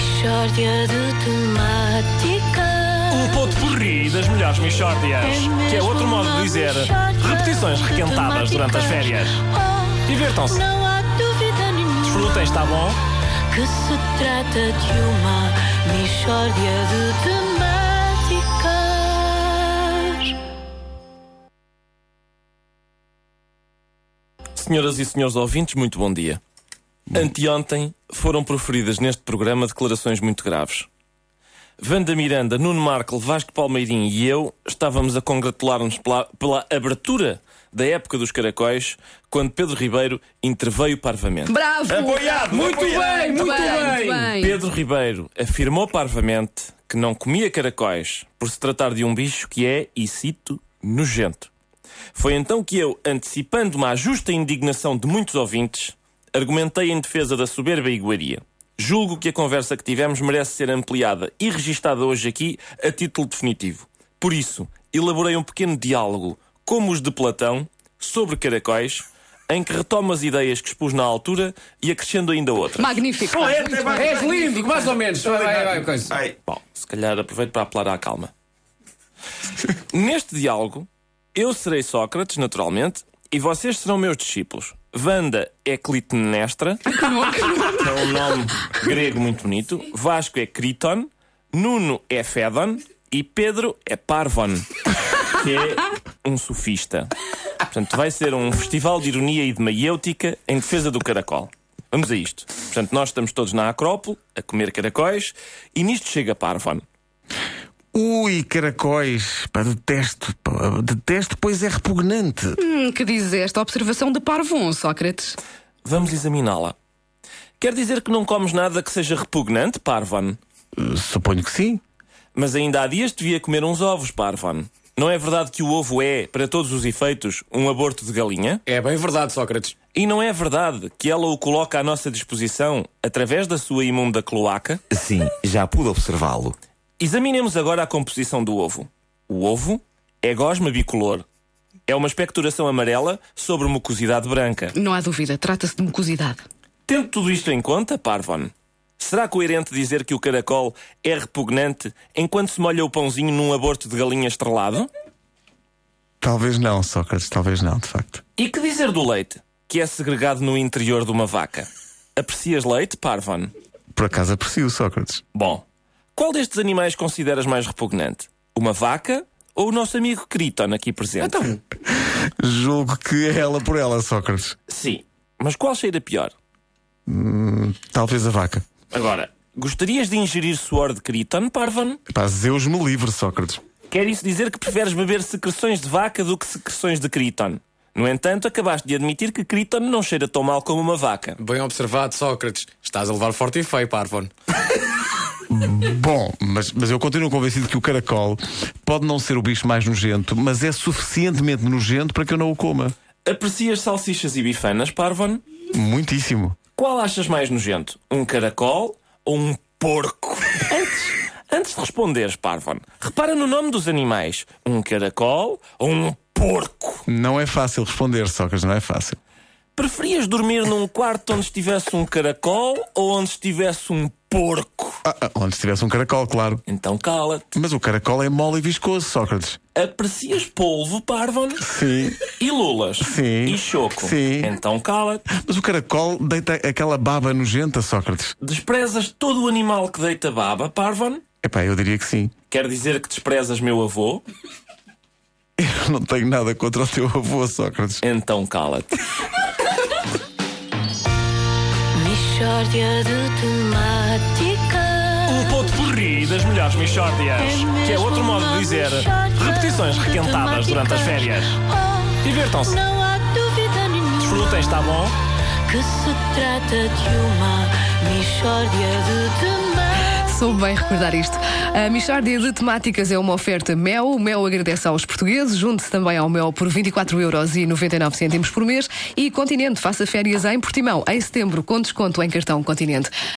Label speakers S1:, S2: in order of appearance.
S1: Mixórdia de temáticas.
S2: O ponto porri das melhores Michórdias,
S1: mesmo
S2: que é outro modo de
S1: uma
S2: dizer
S1: mixórdia
S2: repetições
S1: de
S2: requentadas durante as
S1: temáticas.
S2: férias.
S1: Oh,
S2: Divertam-se.
S1: Não há dúvida nenhuma
S2: Desfrutem, está bom?
S1: que se trata de uma Mixórdia de temáticas.
S3: Senhoras e senhores ouvintes, muito bom dia. Anteontem foram proferidas neste programa declarações muito graves. Vanda Miranda, Nuno Marco, Vasco Palmeirim e eu estávamos a congratular-nos pela, pela abertura da época dos caracóis quando Pedro Ribeiro interveio parvamente.
S4: Bravo!
S2: É
S3: Apoiado!
S2: Muito
S3: apoiado.
S2: bem, muito bem.
S3: Pedro Ribeiro afirmou parvamente que não comia caracóis por se tratar de um bicho que é, e cito, nojento. Foi então que eu, antecipando uma justa indignação de muitos ouvintes, argumentei em defesa da soberba iguaria. Julgo que a conversa que tivemos merece ser ampliada e registada hoje aqui a título definitivo. Por isso, elaborei um pequeno diálogo, como os de Platão, sobre caracóis, em que retomo as ideias que expus na altura e acrescendo ainda outras.
S4: Magnífico!
S5: Excelente,
S2: é
S4: Muito
S5: vai-
S4: bem.
S5: És
S2: lindo, mais ou menos.
S5: Ai,
S3: Bom, se calhar aproveito para apelar à calma. Neste diálogo, eu serei Sócrates, naturalmente, e vocês serão meus discípulos. Vanda é Clitemnestra, que é um nome grego muito bonito. Vasco é Criton, Nuno é Fédon e Pedro é Parvon, que é um sofista. Portanto, vai ser um festival de ironia e de maiêutica em defesa do caracol. Vamos a isto. Portanto, nós estamos todos na Acrópole, a comer caracóis, e nisto chega Parvon.
S6: Ui, caracóis, pá, detesto, pá, detesto, pois é repugnante.
S4: Hum, que diz esta observação de Parvon, Sócrates?
S3: Vamos examiná-la. Quer dizer que não comes nada que seja repugnante, Parvon?
S6: Suponho que sim.
S3: Mas ainda há dias devia comer uns ovos, Parvon. Não é verdade que o ovo é, para todos os efeitos, um aborto de galinha?
S2: É bem verdade, Sócrates.
S3: E não é verdade que ela o coloca à nossa disposição através da sua imunda cloaca?
S7: Sim, já pude observá-lo.
S3: Examinemos agora a composição do ovo. O ovo é gosma bicolor. É uma especturação amarela sobre mucosidade branca.
S4: Não há dúvida, trata-se de um mucosidade.
S3: Tendo tudo isto em conta, Parvon, será coerente dizer que o caracol é repugnante enquanto se molha o pãozinho num aborto de galinha estrelado?
S6: Talvez não, Sócrates, talvez não, de facto.
S3: E que dizer do leite, que é segregado no interior de uma vaca? Aprecias leite, Parvon?
S6: Por acaso aprecio, Sócrates.
S3: Bom, qual destes animais consideras mais repugnante? Uma vaca ou o nosso amigo Criton aqui presente?
S6: Julgo que é ela por ela, Sócrates.
S3: Sim, mas qual cheira pior?
S6: Talvez a vaca.
S3: Agora, gostarias de ingerir suor de Criton, Parvon?
S6: Pá, Zeus me livre, Sócrates.
S3: Quer isso dizer que preferes beber secreções de vaca do que secreções de Criton? No entanto, acabaste de admitir que Criton não cheira tão mal como uma vaca.
S2: Bem observado, Sócrates. Estás a levar forte e feio, Parvon.
S6: Bom, mas, mas eu continuo convencido que o caracol pode não ser o bicho mais nojento, mas é suficientemente nojento para que eu não o coma.
S3: Aprecias salsichas e bifanas, Parvon?
S6: Muitíssimo.
S3: Qual achas mais nojento? Um caracol ou um porco? Antes, antes de responderes, Parvon, repara no nome dos animais. Um caracol ou um porco?
S6: Não é fácil responder, Sócrates, não é fácil.
S3: Preferias dormir num quarto onde estivesse um caracol ou onde estivesse um porco?
S6: Ah, ah, onde estivesse um caracol, claro.
S3: Então cala-te.
S6: Mas o caracol é mole e viscoso, Sócrates.
S3: Aprecias polvo, Parvon?
S6: Sim.
S3: E lulas?
S6: Sim.
S3: E choco?
S6: Sim.
S3: Então cala-te.
S6: Mas o caracol deita aquela baba nojenta, Sócrates.
S3: Desprezas todo o animal que deita baba, Parvon?
S6: Epá, eu diria que sim.
S3: Quer dizer que desprezas meu avô?
S6: Eu não tenho nada contra o teu avô, Sócrates.
S3: Então cala-te.
S1: Mixórdia de temáticas.
S2: O ponto porri das melhores Michórdias, que é outro modo de dizer repetições requentadas durante as férias.
S1: Oh,
S2: Divirtam-se.
S1: Não há dúvida nenhuma
S2: Desfrutem, está bom?
S1: que se trata de uma Mixórdia de temáticas.
S4: Soube bem recordar isto. A Michórdia de Temáticas é uma oferta Mel. O Mel agradece aos portugueses. Junte-se também ao Mel por 24,99€ por mês. E Continente, faça férias em Portimão, em setembro, com desconto em cartão Continente.